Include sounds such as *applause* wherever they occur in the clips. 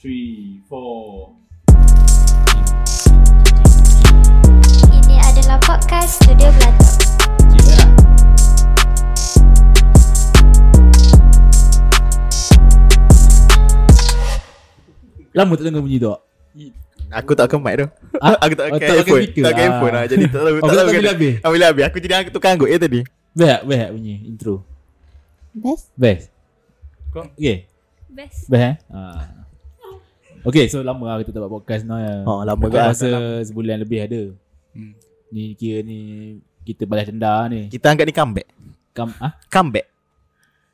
three, four. Ini adalah podcast Studio Belantok. Cik lah. Lama tak dengar bunyi tu. awak? Aku tak pakai mic tu Ah? Aku tak Oh, tak pakai pakai handphone speaker, Tak pakai ah. handphone lah Jadi tak tahu Oh, kau tak tahu bila habis? Ah, Bila habis Aku jadi ang- tukang anggut je tadi Baik, baik bunyi intro. Best Best. Kau? Okay. Best. Best eh? Ah. Okay, so lama lah kita tak buat podcast no. Ya. Oh, lama Dekat kan. Masa sebulan lebih ada. Hmm. Ni kira ni kita balas denda ni. Kita angkat ni comeback Kam ah. Comeback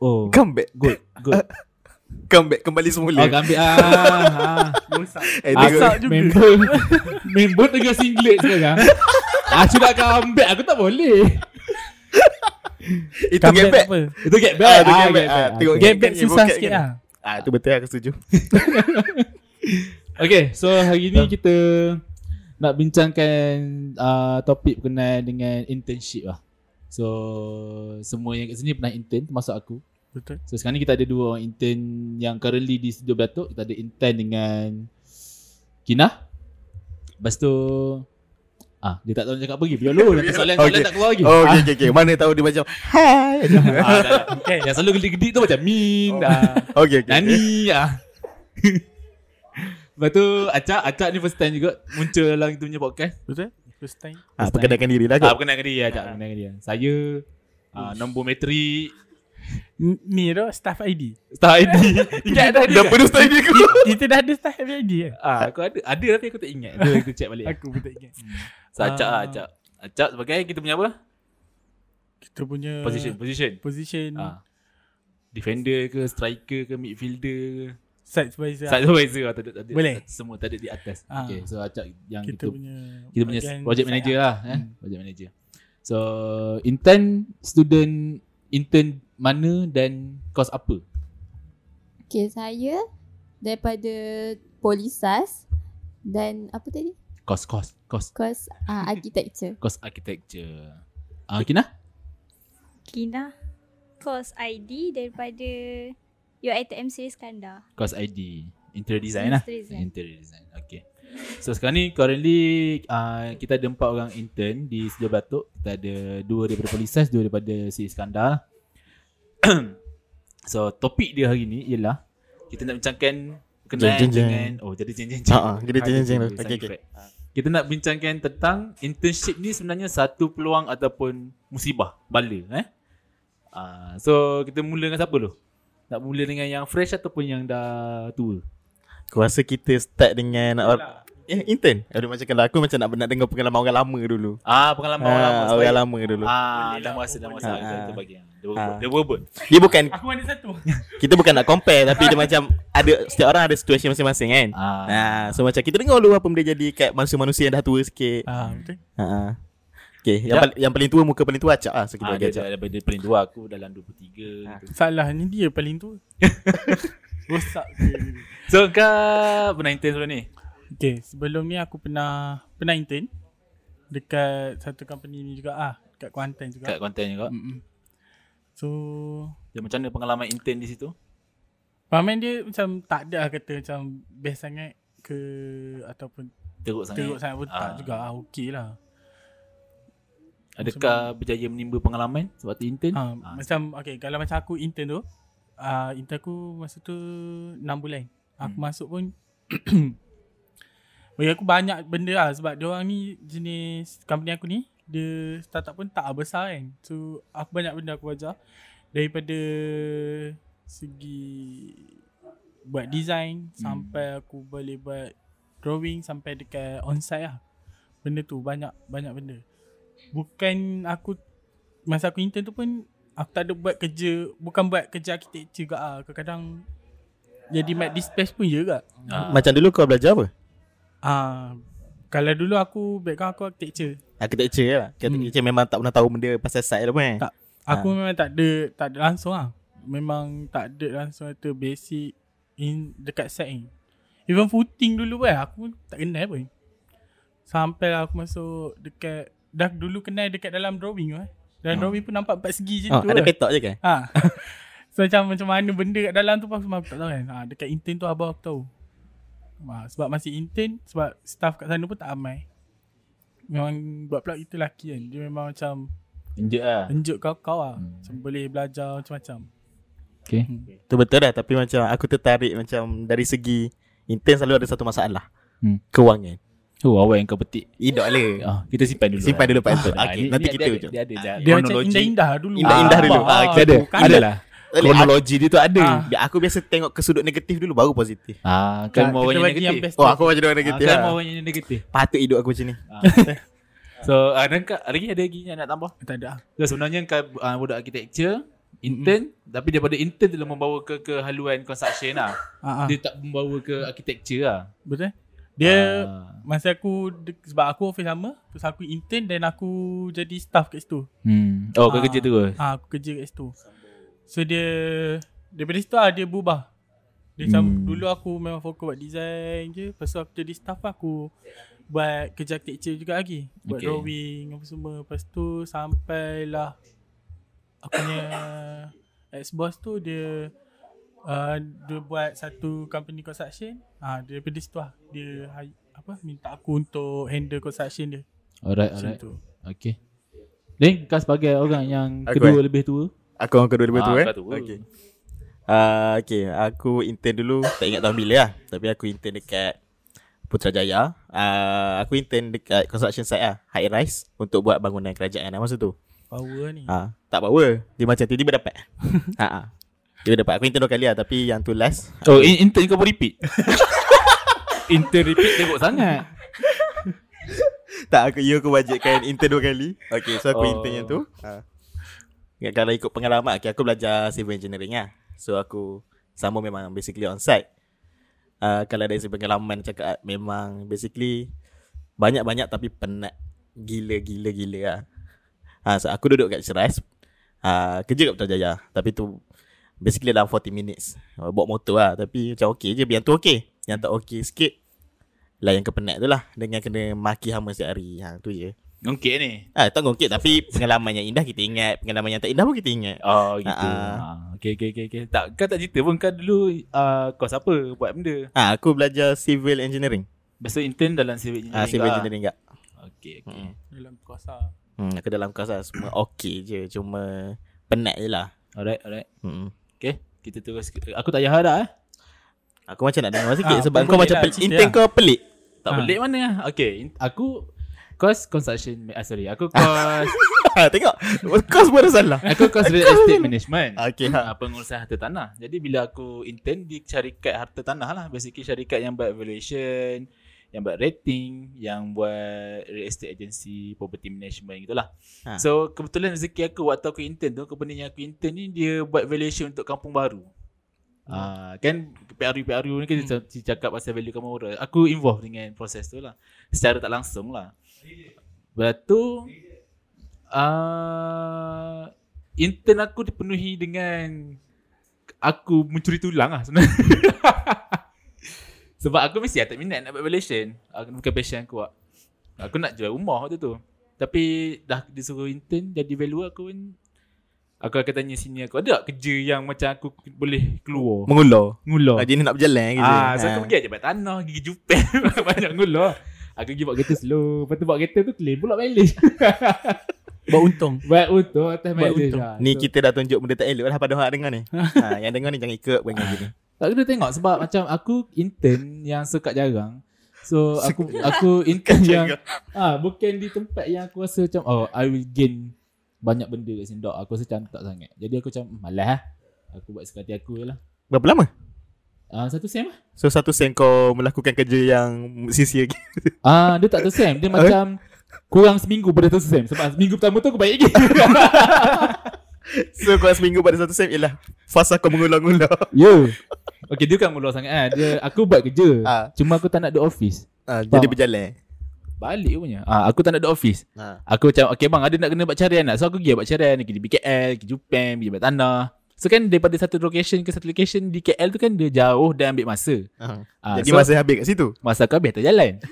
Oh. Comeback Good, *laughs* good. Comeback kembali semula Oh, ambil ah. ah. Eh Asal tengok juga Member Member tengah singlet sekarang ha? Aku nak comeback Aku tak boleh Itu get back Itu get back Ah, tu get Ah, back. Ah, tengok Okay. Get back Ibu susah kat sikit kan? lah Ah tu betul aku setuju okay So hari ni kita Nak bincangkan uh, Topik berkenaan dengan Internship lah So Semua yang kat sini pernah intern Termasuk aku Betul. So sekarang ni kita ada dua orang intern Yang currently di Studio Beratok Kita ada intern dengan Kinah Lepas tu Ah, dia tak tahu nak cakap apa lagi. Biar dulu. Nanti soalan-soalan *laughs* Okay. tak keluar lagi. Oh okay, okay, okay. Mana tahu dia macam *laughs* Hai ah, dah, dah. Yang selalu gedik-gedik tu macam Min Oh. ah, Okay okay Nani ah. *laughs* Lepas tu Acak Acak ni first time juga Muncul dalam kita punya podcast *laughs* Betul? First time. ah, Perkenalkan diri lah ah, kot Perkenalkan dia Acak Perkenalkan dia Saya ah, Nombor metrik M- Ni tu staff ID Star ID Ingat dah Dah penuh style dia aku Kita dah ada staff ID kan *laughs* ah, Aku ada Ada tapi aku tak ingat Jom kita check balik Aku pun tak ingat So Acak lah Ah. Acak Acak sebagai kita punya apa? Kita punya Position Position Position ah. Defender ke Striker ke Midfielder ke Side supervisor Side supervisor lah, tak ada, tak ada, Boleh. Semua tak ada di atas Ah. Okay so Acak yang Kita kita punya lah, kita punya bahagian project side manager lah. lah eh? project manager so intern student intern mana dan course apa Okay, saya daripada Polisas dan apa tadi? course course course Kos uh, *laughs* architecture. course architecture ah Kina Kina. Course ID daripada UiTM Seri Skandar. course ID interior design lah Interior design. interior design okay so sekarang ni currently uh, kita ada empat orang intern di Sejauh Batuk kita ada dua daripada Polisas dua daripada Si Iskandar *clears throat* so topik dia hari ni ialah kita nak bincangkan berkenaan Jeng, jeng, jeng. dengan oh jadi jeng jeng jeng Ah, ah, jadi jeng, jeng, jeng tu. Sound Okay, okay. effect. Ha. Kita nak bincangkan tentang internship ni sebenarnya satu peluang ataupun musibah, bala eh. Uh, so kita mula dengan siapa dulu? Nak mula dengan yang fresh ataupun yang dah tua? Aku rasa kita start dengan or- Eh intern Aduh macam kalau aku macam nak, nak dengar pengalaman orang lama dulu Ah, pengalaman orang lama Ah, sebab- Orang lama dulu Ah, dah masa dah masa Ah, kita ah. bagi yang. Dia Ah. berebut. Dia berebut. Dia bukan Aku ada satu Kita bukan nak compare Tapi dia macam ada Setiap orang ada situasi masing-masing kan Ah. Nah, So macam kita dengar dulu Apa benda jadi Kat manusia-manusia yang dah tua sikit Ah betul ha. ah. Okay yang, Jap. pal- yang paling tua Muka paling tua acak lah So kita Ah, bagi Ha. dia acak dah daripada paling tua aku dalam 23 gitu. Salahnya dia paling *laughs* tua Rosak dia. So kau pernah intern sebelum ni? Okay, sebelum ni aku pernah pernah intern dekat satu company ni juga ah, dekat Kuantan juga. Kat konten juga. Mm-mm. So, Dia macam mana pengalaman intern di situ? paman dia macam tak ada lah kata macam best sangat ke ataupun Teruk sangat. teruk sangat pun Ah. tak juga ah, okey lah. Adakah berjaya menimba pengalaman sebab tu intern? Ha, Ah, macam okay, kalau macam aku intern tu, ah intern aku masa tu 6 bulan. Aku Hmm. masuk pun *coughs* Bagi aku banyak benda lah sebab dia orang ni jenis company aku ni dia startup pun tak besar kan. So aku banyak benda aku belajar daripada segi buat design hmm. sampai aku boleh buat drawing sampai dekat onsite lah. Benda tu banyak banyak benda. Bukan aku masa aku intern tu pun aku tak ada buat kerja bukan buat kerja arkitektur juga ah. Kadang-kadang jadi mat dispatch pun je juga. Ah. Macam dulu kau belajar apa? Ah, kalau dulu aku background aku architecture. Architecture je lah Hmm. Architecture memang tak pernah tahu Benda pasal site lah pun eh Tak. Aku memang tak ada tak ada langsung ah. Memang tak ada langsung itu basic in dekat set ni. Even footing dulu pun aku pun tak kenal pun. Sampai lah aku masuk dekat dah dulu kenal dekat dalam drawing tu eh. Dalam drawing pun nampak empat segi je tu. oh, eh. lah. Ada petok je kan? Ha. *laughs* so macam macam mana benda kat dalam tu pun aku semua aku tak tahu kan. Ha, dekat intern tu abang aku tahu. ha, Sebab masih intern Sebab staff kat sana pun tak ramai Memang buat pula kita lelaki kan Dia memang macam Injek lah Enjuk kau-kau lah Hmm. Macam boleh belajar macam-macam Okay Tu betul dah tapi macam aku tertarik macam dari segi intern selalu ada satu masalah. Hmm. Keuangan. Oh awak yang kau petik Idok le. ah, Kita simpan dulu Simpan dulu Pak Anton. Ah, Okey, ni- nanti ni kita Ah, ada- ujuk. Dia ada dia ada. Dia macam Kronologi. indah-indah dulu Indah-indah dulu. Ah, Ah, ah, kita ada. tu kan. Ada lah Kronologi dia tu ada Ah. Aku biasa tengok ke sudut negatif dulu baru positif. Ah, kan Kita mau orang yang bagi yang negatif. best Oh aku macam orang Ah, negatif. Kan lah. mau orang yang negatif. Patut hidup aku macam ni. *laughs* Ah. So, ah, dan Kak, lagi ada lagi yang nak tambah? Tak ada lah. So, sebenarnya kau ah, budak architecture, intern, tapi daripada intern dia membawa ke ke haluan construction lah. ah, ah. Dia tak membawa ke architecture lah. Betul Dia Ah. Masa aku de- Sebab aku office lama Terus aku intern Dan aku jadi staff kat situ Hmm. Oh, kau Ah. kerja terus. ha, Aku kerja kat situ So dia Daripada situ lah Dia berubah Dia macam Hmm. Dulu aku memang fokus buat design je Lepas tu aku jadi staff lah, Aku Buat kerja architecture juga lagi Buat Okay. drawing Apa semua Lepas tu Sampailah Aku punya Ex-boss tu dia uh, Dia buat satu company construction ha, Daripada situ lah Dia hi- apa minta aku untuk handle construction dia Alright, macam alright. tu Okay. Ling, kau sebagai orang yang Aku kedua eh? lebih tua. Aku orang kedua dulu tu Ah, eh. kau tua. Okey. Ah okey, aku intern dulu tak ingat tahun bila lah. Tapi aku intern dekat Putrajaya. Ah aku intern dekat construction site ah, high rise untuk buat bangunan kerajaan lah masa tu. Power ni Ah, tak power. Dia macam tiba-tiba dapat. *laughs* ha ah. Tiba dapat. Aku intern dua kali lah tapi yang tu last. Oh, in- intern kau pun repeat? *laughs* intern repeat tengok sangat. Tak aku you aku wajibkan intern dua kali. Okay so aku Oh. oh. intern yang tu. Ha. Ya, Kalau ikut pengalaman okay, aku belajar civil engineering lah. So aku sama memang basically on site. Uh, kalau dari segi pengalaman cakap memang basically banyak-banyak tapi penat gila-gila-gila lah. Ha, so aku duduk kat Ceras. Uh, kerja kat Putrajaya tapi tu basically dalam 40 minutes. Uh, bawa motor lah tapi macam okay je yang tu okay. Yang tak okay sikit layan ke penat tu lah dengan kena maki hama setiap hari. Ha tu je. Ngongkit ni. Ah ha, tak gongkit tapi pengalaman yang indah kita ingat, pengalaman yang tak indah pun kita ingat. Oh gitu. Ah, ah. Uh-uh. Okay, okay, okay, okay. Tak, kau tak cerita pun kau dulu uh, kau apa buat benda. Ah ha, aku belajar civil engineering. Biasa intern dalam civil engineering. Ah ha, kau civil lah. engineering tak. Okay, okay. Hmm. Dalam kuasa hmm. aku dalam kelas lah semua okey je cuma penat je lah. Alright, alright. Hmm. Okay, kita terus. ke- Aku tak payah dah eh. Aku macam nak dengar sikit Ah, sebab boleh kau macam lah, pelik. cerita Intent lah. kau pelik. *laughs* Tak Ah. pelik mana lah. Okay, in- aku course construction, ah, sorry. *laughs* Aku course, Ha, tengok. Kau semua ada salah. aku course real estate management. Okey, *laughs* Uh, ha. pengurusan harta tanah. Jadi bila aku intern di syarikat harta tanah lah. Basically syarikat yang buat valuation, yang buat rating, yang buat real estate agency, property management gitulah. Ha. Ha. So kebetulan rezeki aku waktu aku intern tu, company yang aku intern ni dia buat valuation untuk kampung baru. Ah kan PRU-PRU ni kan dia c- cakap pasal value kampung baru. Aku involved dengan proses tu lah. Secara tak langsung lah. Lepas tu ah intern aku dipenuhi dengan aku mencuri tulang lah sebenarnya. *laughs* Sebab aku mesti tak minat nak buat valuation. Aku bukan passion aku lah. Aku nak jual rumah waktu tu. Tapi dah disuruh intern jadi value aku pun aku akan tanya sini aku ada tak kerja yang macam aku ke- boleh keluar Mengulur. ngular. Haji ni nak berjalan eh, gitu. Oh. Ha. Ah, so aku pergi aja buat tanah, gigi jupet *laughs* banyak ngular. Aku pergi buat kereta slow, lepas tu buat kereta tu claim pula mileage. *laughs* Buat untung Baik untung atas Buat mileage untung. lah. Ni So- kita dah tunjuk benda tak elok lah pada orang dengar ni. ha, yang dengar ni jangan ikut bukan gini. Tak kena tengok sebab macam aku intern yang sekat jarang. So aku aku intern yang ah bukan di tempat yang aku rasa macam oh I will gain banyak benda kat sini. Tak, aku rasa macam tak sangat. Jadi aku macam "Hmm, malas lah. Aku buat sekati aku je lah. Berapa lama? Ah satu sem lah. So satu sen kau melakukan kerja yang sisi lagi. *laughs* Ah dia tak tersem. Dia macam kurang seminggu pada tu sem sebab minggu pertama tu aku baik lagi. So kau seminggu pada satu sem ialah fasa kau mengulang-ulang. Yo. Okay dia bukan mula sangat ah. Dia aku buat kerja. Ah. Cuma aku tak nak duduk office. Ha, jadi berjalan. Balik punya. Ah aku tak nak duduk office. Ha. Aku macam Okay bang ada nak kena buat carian tak So aku pergi buat carian Pergi di BKL Pergi Jepun Pergi buat tanah So kan daripada satu location ke satu location Di KL tu kan dia jauh dan ambil masa Ah, Jadi so, masa habis kat situ. masa aku habis tak jalan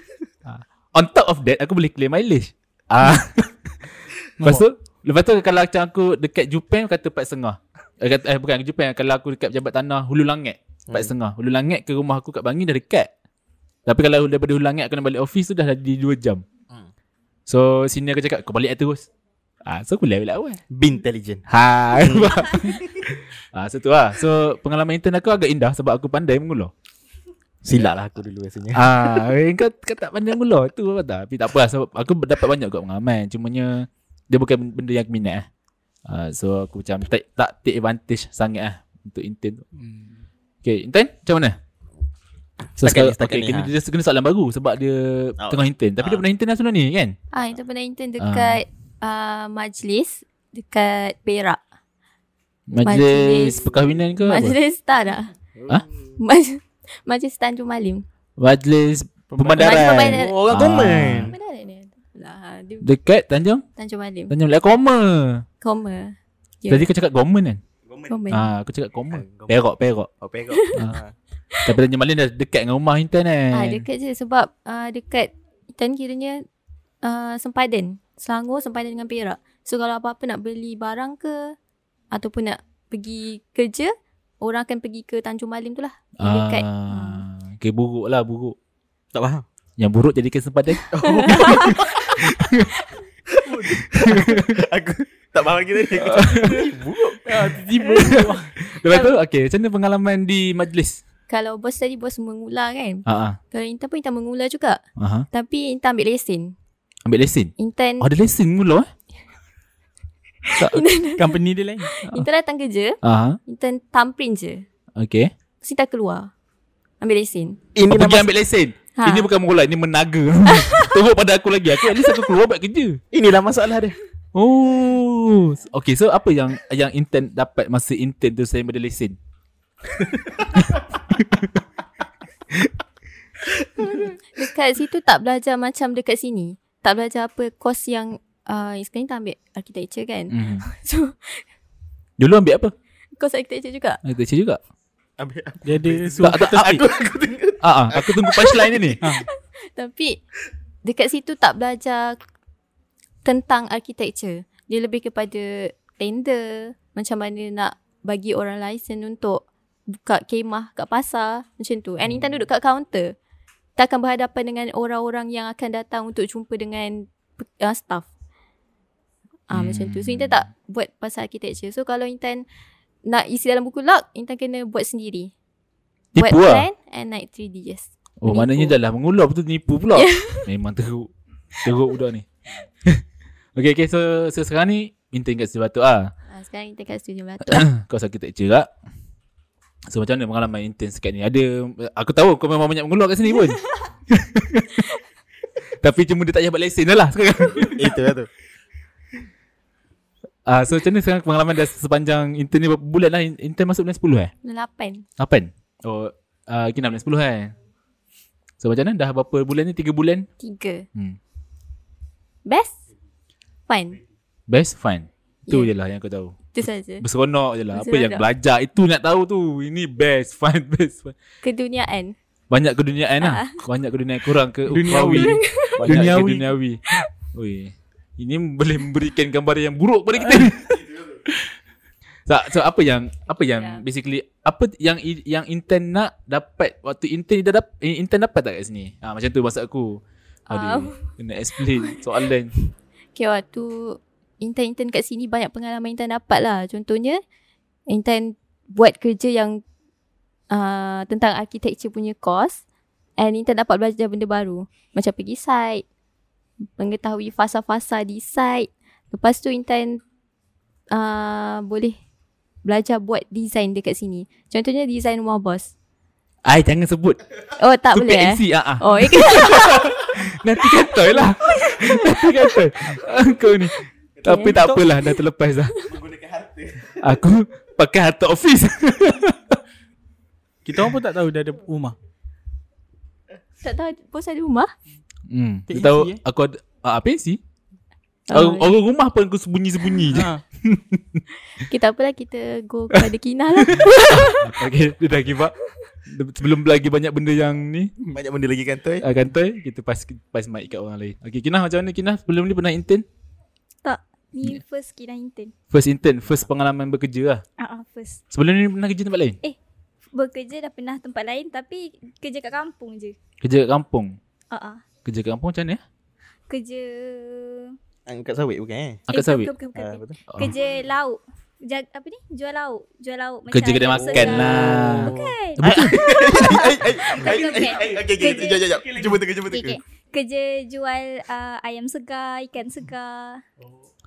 Ah. On top of that Aku boleh claim mileage Ah, Lepas tu Lepas tu kalau macam aku Dekat Jepun Kata Pak Sengah eh, kata, eh bukan Jepun Kalau aku dekat pejabat tanah Hulu Langat Pak Sengah Hulu Langat ke rumah aku kat Bangi dah dekat Tapi kalau daripada Hulang Niat kena balik office tu dah jadi 2 jam. Hmm. So senior aku cakap kau balik lah terus. Ah, so aku balik awal. Bin intelligent. Hmm. Ha. ah, so tu lah. So pengalaman intern aku agak indah sebab aku pandai mengulur. *laughs* Silap lah aku dulu rasanya. Ah, eh, kau, kau tak pandai mengulur tu apa tak. Tapi tak apa lah sebab aku dapat banyak kot pengalaman. Cumanya dia bukan benda yang aku minat eh. Ah, so aku macam tak, tak take advantage sangat lah untuk intern tu. Okay, intern macam mana? So, Setakat ni, setakat, okay, setakat ni, kena, ha. dia kena soalan baru sebab dia Oh. tengah intern. Tapi dia Ah. pernah intern dah sebelum ni kan? Ah, itu pernah intern dekat uh, majlis dekat Perak. Majlis Majlis- perkahwinan ke apa? Majlis tak dah. Ha? Maj- majlis Tanjung Malim. Majlis Majlis pemandaran. pemandaran. Oh, orang Ah. common. Mana ada ni? Lah, dia Dekat Tanjung Tanjung Malim. Tanjung Melaka Koma Koma. yeah. Tadi kau cakap Gomen kan Koma. ah, Aku cakap Koma Common. Perak Perak Oh, pegok. Ah. Tapi Tanjung Malin dah dekat dengan rumah Intan kan Ah, dekat je sebab uh, dekat Tan kiranya uh, sempadan. Selangor sempadan dengan Perak. So kalau apa-apa nak beli barang ke ataupun nak pergi kerja, orang akan pergi ke Tanjung Malim tu lah. ah, dekat. Okay buruk lah buruk Tak *laughs* faham. Yang buruk jadikan sempadan aku tak faham lagi tadi. Aku Lepas tu okay Macam mana pengalaman di majlis Kalau bos tadi bos mengular kan. ah, Kalau Intan pun Intan mengular juga. ah. Aha. Tapi Intan ambil lesen. Ambil lesen Intan oh, Ada lesen mula eh tak, Company dia lain Intan datang kerja, Aha. Intan tamprin je. Okay Mesti Intan keluar. Ambil lesen. Ini oh, pergi ambil lesen Ha. Ini bukan mula Ini *laughs* menaga Teruk pada aku lagi Aku at least aku keluar buat kerja Inilah masalah dia. Oh, okay. So apa yang yang intern dapat masa intern tu selain daripada lesen? Dekat situ tak belajar macam dekat sini. Tak belajar apa course yang uh, sekarang Intan ambil architecture kan. Mm. *laughs* So Dulu ambil apa? Kau architecture juga Architecture juga. Ambil Dia ada So, suruh tak, tak, aku aku tunggu. Ah, ah, aku tunggu punchline dia ni. Tapi Dekat situ tak belajar Tentang architecture Dia lebih kepada Tender Macam mana nak Bagi orang license untuk Buka kemah kat pasar Macam tu And Hmm. Intan duduk kat kaunter Tak akan berhadapan dengan orang-orang Yang akan datang untuk jumpa dengan pe- uh, Staff Ah hmm. macam tu So Intan tak buat pasal architecture So kalau Intan Nak isi dalam buku log Intan kena buat sendiri Buat Tipu lah. plan And naik 3D yes Oh, Menipu. maknanya dah lah mengulur betul nipu pula. *laughs* Memang teruk. Teruk budak ni. okay, okay. So, so sekarang ni intern kat Sebatuk ah. Ah, sekarang kita kat studio Melaka. Kau sakit tak kira So macam mana pengalaman intern sekat ni Ada Aku tahu kau memang banyak mengulur kat sini pun Tapi cuma dia tak payah buat lesen dah lah sekarang *laughs* Itu lah tu. Ah, so macam mana sekarang pengalaman dah sepanjang intern ni berapa bulan lah In- Intern masuk bulan 10 eh? Bulan 8. 8? Oh, uh, kira bulan 10 eh? So macam mana dah berapa bulan ni? 3 bulan? 3. Hmm. Best? Fun. Best? Fun? Itu je Yeah. lah yang kau tahu Itu saja. Berseronok je lah Apa yang Berseronok. belajar Itu nak tahu tu Ini best *laughs* Fun best fun. Keduniaan. Banyak keduniaan Ah. lah Banyak keduniaan kurang ke Duniawi. Duniawi Banyak Duniawi Duniawi. Duniawi Ui. Ini boleh memberikan gambaran yang buruk pada kita ni *laughs* so, so apa yang Apa yang Ya. Basically Apa yang yang intern nak Dapat Waktu intern dah dapat eh, Intern dapat tak kat sini ha, Macam tu maksud aku Aduh, Um. Kena explain *laughs* Soalan Okay, waktu intern-intern kat sini banyak pengalaman intern dapat lah. Contohnya, intern buat kerja yang uh, tentang architecture punya course and intern dapat belajar benda baru. Macam pergi site, mengetahui fasa-fasa di site. Lepas tu intern uh, boleh belajar buat design dekat sini. Contohnya design rumah bos. Ai jangan sebut Oh tak Tu boleh eh? PNC ah, ah. Oh, eh, Nanti kata *laughs* lah Nanti kata Kau ni Tapi tak apalah Dah terlepas dah Aku Pakai harta office Kita orang pun tak tahu dia ada rumah tak tahu bos ada rumah? Hmm. Dia PNC, tahu eh? aku ada ah, pensi. Oh, Orang, orang rumah pun aku sembunyi-sembunyi je. ha. kita apalah kita go kepada Kina *laughs* lah. *laughs* okay, dia dah give up. Dia- Sebelum lagi banyak benda yang ni Banyak benda lagi kantor eh. uh, kantoi, kita pas pas mic kat orang lain. Okay, Kinah macam mana Kinah? Sebelum ni pernah intern? Ni first kira intern. First intern, first pengalaman bekerja lah. Ah, uh-uh, first. Eh, Sebelum ni pernah kerja tempat lain? bekerja dah pernah tempat lain tapi kerja kat kampung je. Kerja kat kampung. Ah uh-uh. Kerja kat kampung macam mana? eh? Kerja Angkat sawit bukan eh? Angkat bukan, sawit. Bukan, bukan, Ah, bukan, betul. Oh. Kerja lauk. Ja, apa ni? Jual lauk. Jual lauk Kerja kedai ada makan seorang- lah. Bukan. Ah, Ai ai ai Bukan, bukan. ai. Eh, Okey okey Kerja- jap jap jap. Cuba teka cuba Okay, teka. okay. Kerja jual uh, ayam segar, ikan segar.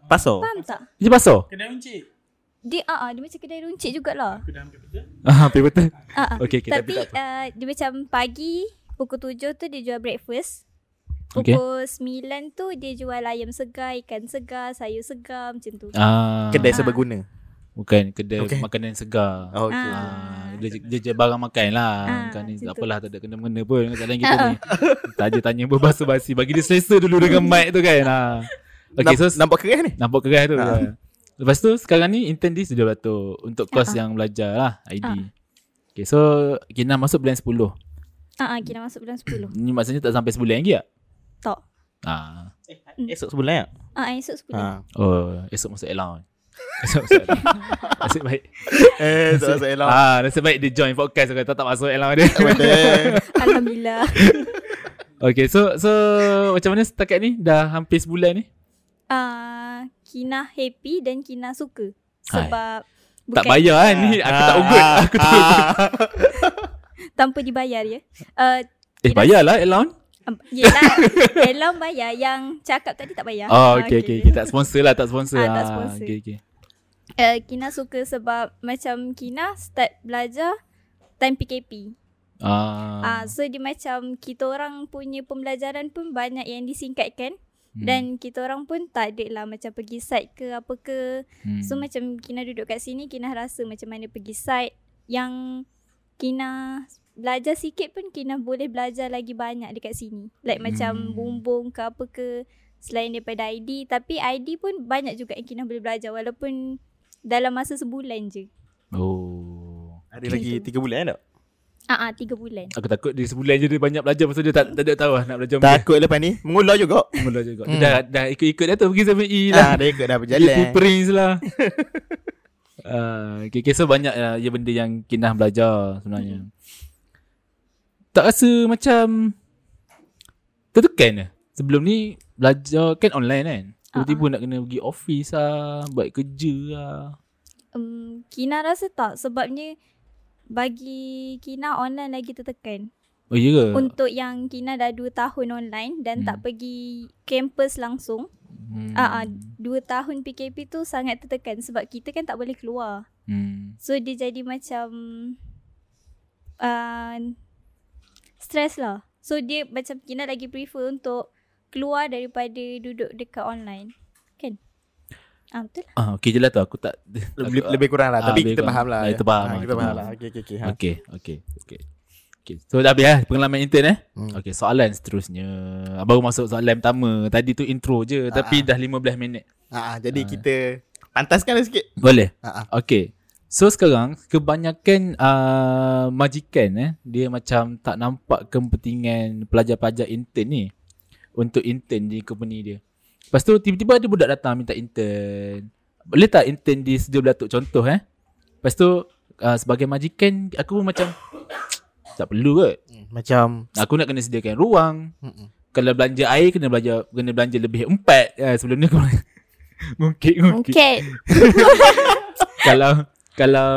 Pasal. Faham tak? Kerja pasar? Kedai runcit. Dia ah uh, dia macam kedai runcit jugalah. Kedai hampir betul. Ah, Paper betul. Ah uh, Okay, okay. tapi uh, dia macam pagi pukul tujuh tu dia jual breakfast. Okay. Pukul sembilan tu dia jual ayam segar, ikan segar, sayur segar macam tu. Ah, Kedai serbaguna. Bukan, kedai Okey. makanan segar. Oh, Okey. Ah, Ah. dia, dia, dia barang makan lah Ah, Kan ni macam tak tu. apalah Tak ada kena-mengena pun Dengan keadaan *laughs* kita ni Tak ada tanya berbahasa basi Bagi dia selesa dulu dengan mic tu kan ah. Okay so Nam- nampak keras ni. Nampak keras tu Ah. ah. Lepas tu sekarang ni Intern di Sedia Batu Untuk kos Ah. yang belajar lah ID Okay so Kina masuk bulan 10 Ah uh, uh, kira masuk bulan *coughs* sepuluh. Ni maksudnya tak sampai sebulan lagi tak? Tak. Ah. Esok sebulan ya? Ah uh, esok sepuluh. Ha. Oh Esok masuk allowance Esok masuk allowance Nasib baik Eh, esok esok *laughs* elok. ah, Nasib baik dia join podcast Kata tak masuk allowance *laughs* dia Betul. *laughs* Alhamdulillah. Okay so so Macam mana setakat ni Dah hampir sebulan ni Ah, Kina happy dan Kina suka Hai. sebab Tak bayar kan ni Aku tak ugut *laughs* Aku tak ugut. tanpa dibayar ya. Uh, Eh bayar lah allowance um, yelah, *laughs* Elam bayar yang cakap tadi tak bayar. Oh Ah, okay, okay, okay. Tak sponsor lah Tak sponsor Ah, tak Ah, sponsor. okay, okay. Uh, Kina suka sebab macam Kina start belajar time PKP. Ah, Ah, so dia macam kita orang punya pembelajaran pun banyak yang disingkatkan hmm, dan kita orang pun tak ada lah macam pergi site ke apa ke. hmm. So macam Kina duduk kat sini Kina rasa macam mana pergi site Yang Kina belajar sikit pun Kina boleh belajar lagi banyak dekat sini Like hmm. macam Hmm. bumbung ke apa ke Selain daripada ID Tapi ID pun banyak juga yang Kina boleh belajar Walaupun dalam masa sebulan je Oh Ada lagi 3 bulan tak? Ah, ah tiga bulan Aku takut dia sebulan je dia banyak belajar Pasal dia tak, tak ada tahu lah nak belajar benda. Takut lepas ni mengular juga. Mula juga Hmm. hmm. Dah, dah ikut-ikut dah tu pergi sama E lah Ha, dia ikut dah Jalan berjalan. Prince *laughs* lah uh, okay, okay, so banyak lah ya benda yang Kinah belajar sebenarnya Tak rasa macam Tertekan lah Sebelum ni belajar kan online kan Ah, Tiba-tiba nak kena pergi office lah Buat kerja lah um, Kina rasa tak sebabnya Bagi Kina online lagi tertekan Oh iya ke? Untuk yang Kina dah 2 tahun online Dan Hmm. tak pergi kampus langsung hmm. Ah, ah, dua tahun PKP tu sangat tertekan sebab kita kan tak boleh keluar. hmm. So dia jadi macam uh, stress lah. So dia macam Kina lagi prefer untuk keluar daripada duduk dekat online. Kan? Ah, betul *laughs* lah. Ah, okay je lah tu aku tak Lebih, aku- lebih kurang lah Ah, Tapi lebih kita kurang. faham lah Ya, kita faham lah, Ah, Kita kita faham faham. lah Okay okay okay ha. Okay, okay, okay. Okay. So dah habis lah pengalaman intern eh. Hmm. Hmm. Okay, soalan seterusnya. Baru masuk soalan pertama. Tadi tu intro je tapi dah 15 minit. Ah, Jadi kita Pantaskan lah sikit Boleh? Ah, Okay. So sekarang kebanyakan uh, majikan eh dia macam tak nampak kepentingan pelajar-pelajar intern ni untuk intern di company dia. Lepas tu tiba-tiba ada budak datang minta intern. Boleh tak intern di Sedia Belatuk contoh eh? Lepas tu uh, sebagai majikan aku pun macam tak perlu kot. Hmm, Macam Aku nak kena sediakan ruang. Mm-mm. Kalau belanja air kena belanja kena belanja lebih empat. Ya, sebelum ni aku *laughs* mungkin mungkin. Okay. Kalau kalau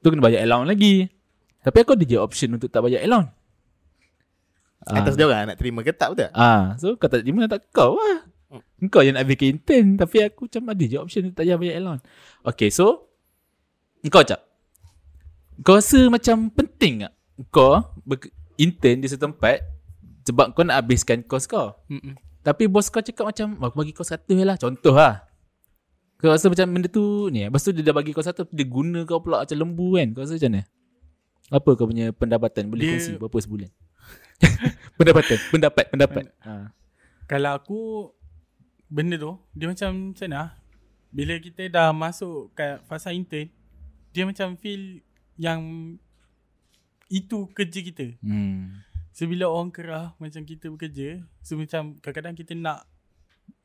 tu kena bayar allowance lagi. Tapi aku ada je option untuk tak bayar allowance. Atas dia orang nak terima ke tak betul Ah, so kau tak terima tak kau lah. Kau yang nak bikin intern tapi aku macam ada je option untuk tak payah bayar allowance. Okay, so kau cak. Kau rasa macam penting tak kau ber- intern di satu tempat sebab kau nak habiskan kos kau. Mm-mm. Tapi bos kau cakap macam "Wah, aku bagi kau 100 je lah contoh lah. Kau rasa macam benda tu ni eh? Lepas tu dia dah bagi kau satu Dia guna kau pula macam lembu kan Kau rasa macam mana? Apa kau punya pendapatan? Boleh Dia- kongsi berapa sebulan? *laughs* pendapatan Pendapat Pendapat ha. Kalau aku benda tu dia macam macam mana? ah? Bila kita dah masuk kat fasa intern, dia macam feel yang itu kerja kita. Hmm. So bila orang kerah macam kita bekerja, so macam kadang-kadang kita nak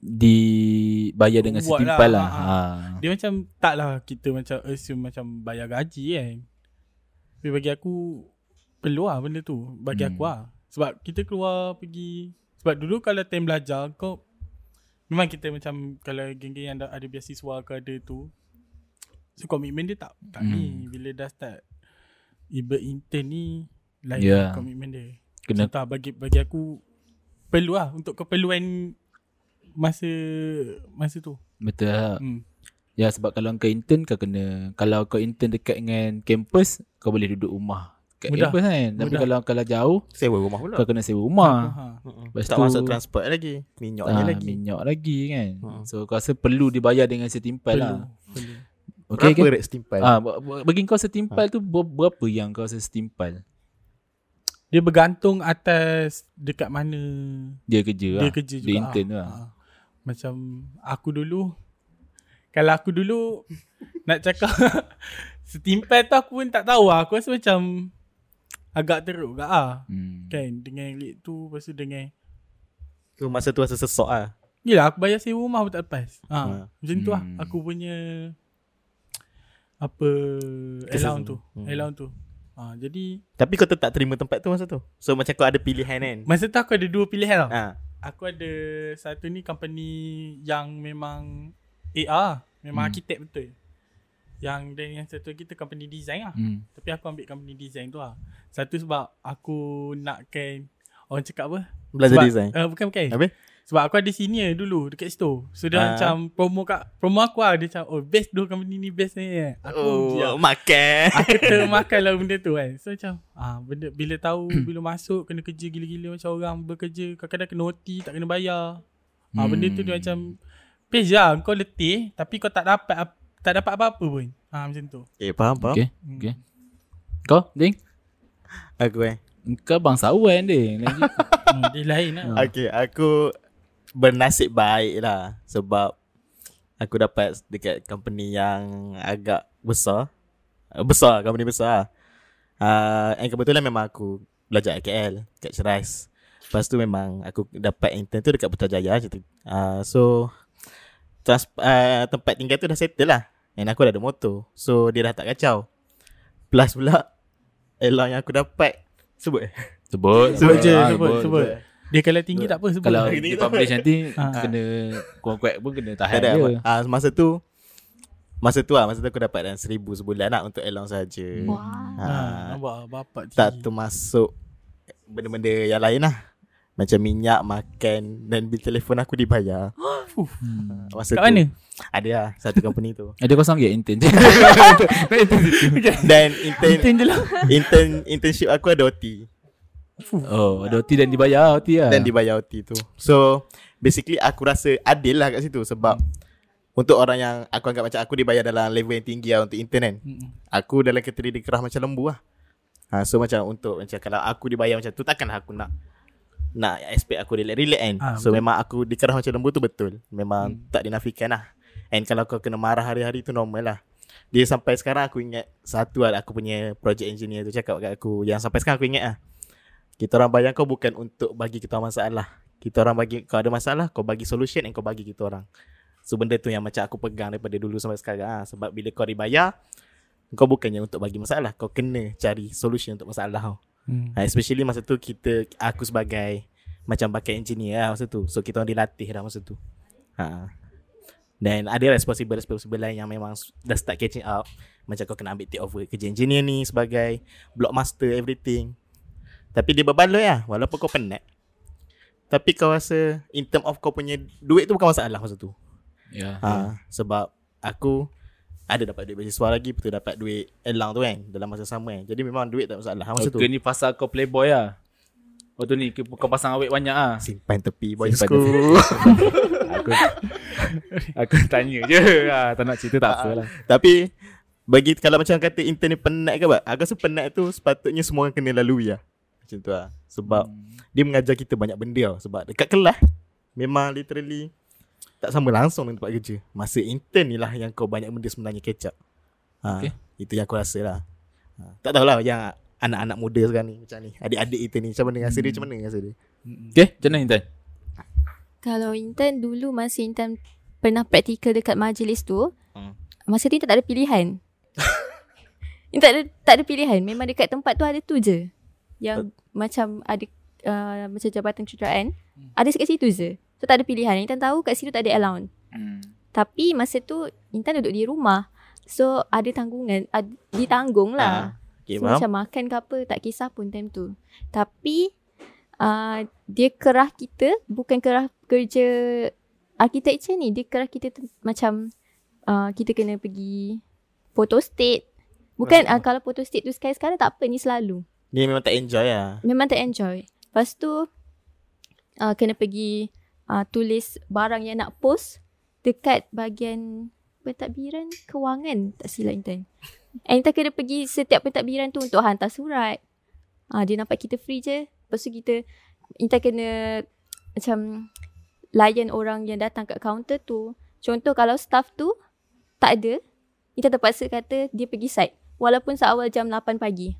Dibayar dengan Buat setimpal lah, lah. ha. Ha. dia macam taklah kita macam assume macam bayar gaji kan. Tapi bagi aku perlu lah benda tu. Bagi hmm. Hmm. aku lah. Sebab kita keluar pergi sebab dulu kalau time belajar kau memang kita macam kalau geng-geng yang ada, ada biasiswa ke ada tu so komitmen dia tak tak hmm. ni bila dah start iba intern ni lain Yeah. yeah. komitmen dia. Kena- Ya. Kena tak bagi bagi aku perlu lah untuk keperluan masa masa tu. Betul lah. Hmm. Ya sebab kalau kau intern kau kena kalau kau intern dekat dengan kampus kau boleh duduk rumah kat Mudah. kampus kan. Tapi Mudah. kalau kalau jauh Sewa rumah pula. kau kena sewa rumah. Ha. Mm-mm. Lepas tak tu- masuk transport lagi. Minyak je Ah, lagi. minyak lagi kan. Hmm. So kau rasa perlu dibayar dengan setimpal lah. Perlu. Okey Berapa okay. rate setimpal? Ah, ba- ba- bagi kau Ha. setimpal tu ber- berapa yang kau rasa setimpal? Dia bergantung atas dekat mana Dia kerja dia lah. kerja juga. dia intern tu lah. Ha. Macam aku dulu kalau aku dulu nak cakap *laughs* setimpal tu aku pun tak tahu lah. Aku rasa macam agak teruk gak ah. Hmm. Kan dengan rate tu lepas tu dengan Tu masa tu rasa sesok ah. Yelah aku bayar sewa rumah pun tak lepas. Ha, Ha. Macam tu lah Hmm. aku punya apa allowance tu. Hmm. Allowance tu. Ha, jadi Tapi kau tetap terima tempat tu masa tu. So macam kau ada pilihan kan. masa tu aku ada dua pilihan tau. Ha. Aku ada satu ni company yang memang AR, memang Hmm. hmm. arkitek betul. Yang dan yang satu lagi tu company design lah. Hmm. Hmm. Tapi aku ambil company design tu lah. Satu sebab aku nakkan orang cakap apa? Belajar sebab, design. Uh, bukan bukan. Habis? Sebab aku ada senior dulu dekat situ. So dia Ah. macam promo kat promo aku lah dia macam oh best dua company ni best ni. Aku Oh, diam. makan. Aku termakan lah benda tu kan So macam ah, benda, Bila tahu Bila masuk Kena kerja gila-gila Macam orang bekerja Kadang-kadang kena OT Tak kena bayar hmm. ah, Benda tu dia macam Page lah Kau letih Tapi kau tak dapat ap- Tak dapat apa-apa pun ah, Macam tu Okay, faham, faham. Okay. Hmm. okay. Kau, Ding? Aku eh. Kau bangsawan *laughs* Ding. Lanjut. hmm, Dia lain lah Ah. Okay, aku bernasib baik lah sebab aku dapat dekat company yang agak besar. Uh, Besar, company besar. Uh, and kebetulan memang aku belajar KL kat Cerais. Lepas tu memang aku dapat intern tu dekat Putrajaya macam tu. Uh, so trans, uh, tempat tinggal tu dah settle lah. And aku dah ada motor. So dia dah tak kacau. Plus pula Elang yang aku dapat Sebut eh? sebut. Sebut je Ah, Sebut sebut Dia kalau tinggi tak apa Sebut lah. Kalau *laughs* Dia dia *laughs* publish nanti Ah. kena kuat-kuat pun kena tahan Tak ada. ha. dia. Ah, masa tu masa tu lah masa tu aku dapat dalam seribu sebulan lah untuk allowance saja. Wah. ha, Ha, Nampak bapak tinggi tak termasuk benda-benda yang lain lah. Macam minyak, makan dan bil telefon aku dibayar. Fuh. Ah, Masa Kat tu, mana? Ada lah satu company tu. Ada kosong ke intern je? *laughs* Dan intern intern internship aku ada OT oh, ada OT dan dibayar OT lah. dan dibayar OT tu. So basically aku rasa adil lah kat situ sebab untuk orang yang aku anggap macam aku dibayar dalam level yang tinggi lah untuk intern kan. Mm-mm. Aku dalam kategori dia kerah macam lembu lah ha, So macam untuk macam Kalau aku dibayar macam tu Takkan aku nak Nak expect aku relax-relax kan Ah, Hmm. So memang aku dikerah macam lembu tu betul Memang tak dinafikan lah And kalau kau kena marah hari-hari tu normal lah Dia sampai sekarang aku ingat Satu lah aku punya project engineer tu cakap kat aku Yang sampai sekarang aku ingat lah Kita orang bayar kau bukan untuk bagi kita orang masalah Kita orang bagi Kau ada masalah Kau bagi solution And kau bagi kita orang So benda tu yang macam aku pegang Daripada dulu sampai sekarang ha, Sebab bila kau dibayar kau bukannya untuk bagi masalah kau kena cari solution untuk masalah kau Hmm. ha, especially masa tu kita aku sebagai macam bakat engineer lah masa tu so kita orang dilatih dah masa tu ha dan ada responsible responsible lain yang memang s- dah start catching up macam kau kena ambil take over kerja engineer ni sebagai block master everything tapi dia berbaloi lah walaupun kau penat tapi kau rasa in term of kau punya duit tu bukan masalah masa tu Ya. Ha, sebab aku ada dapat duit beasiswa lagi, betul dapat duit elang tu kan dalam masa sama kan. Jadi memang duit tak masalah masa Kau okay. tu. ni pasal kau playboy lah. Waktu ni kau kau pasang awet banyak ah. Simpan tepi boy Simpan simpan tepi. *laughs* aku aku tanya je lah. Tak nak cerita tak apalah. Tapi bagi kalau macam kata intern ni penat ke apa? Aku rasa penat tu sepatutnya semua orang kena lalui lah. Macam tu lah. Sebab dia mengajar kita banyak benda tau. Sebab dekat kelas memang literally tak sama langsung dengan tempat kerja. Masa intern ni lah yang kau banyak benda sebenarnya catch up. Ha, Okay. okay. Itu yang aku rasa lah. Ha, tak tahulah yang anak-anak muda sekarang ni macam ni. Adik-adik kita ni macam mana rasa dia, macam mana rasa dia. Hmm. Okay, macam mana Intan? Kalau intern dulu masa intern pernah praktikal dekat majlis tu, Hmm. *laughs* masa tu intern tak ada pilihan. Ini tak ada tak ada pilihan. Memang dekat tempat tu ada tu je. Yang macam ada uh, macam jabatan kejuruteraan, Hmm. ada dekat situ je. So tak ada pilihan. Intan tahu kat situ tak ada allowance. Hmm. Tapi masa tu Intan duduk di rumah. So ada tanggungan, ada, ditanggung lah. Ah, Okay, So, faham? macam makan ke apa tak kisah pun time tu. Tapi uh, dia kerah kita bukan kerah kerja architecture ni. Dia kerah kita tu, macam uh, kita kena pergi photo state. Bukan uh, kalau photo state tu sekali-sekala tak apa ni selalu. Dia memang tak enjoy lah. Memang tak enjoy. Lepas tu uh, kena pergi uh, tulis barang yang nak post dekat bahagian pentadbiran kewangan tak silap Intan. And Intan kena pergi setiap pentadbiran tu untuk hantar surat. Uh, dia nampak kita free je. Lepas tu kita Intan kena macam layan orang yang datang kat kaunter tu. Contoh kalau staff tu tak ada, Intan terpaksa kata dia pergi site. Walaupun seawal jam 8 pagi.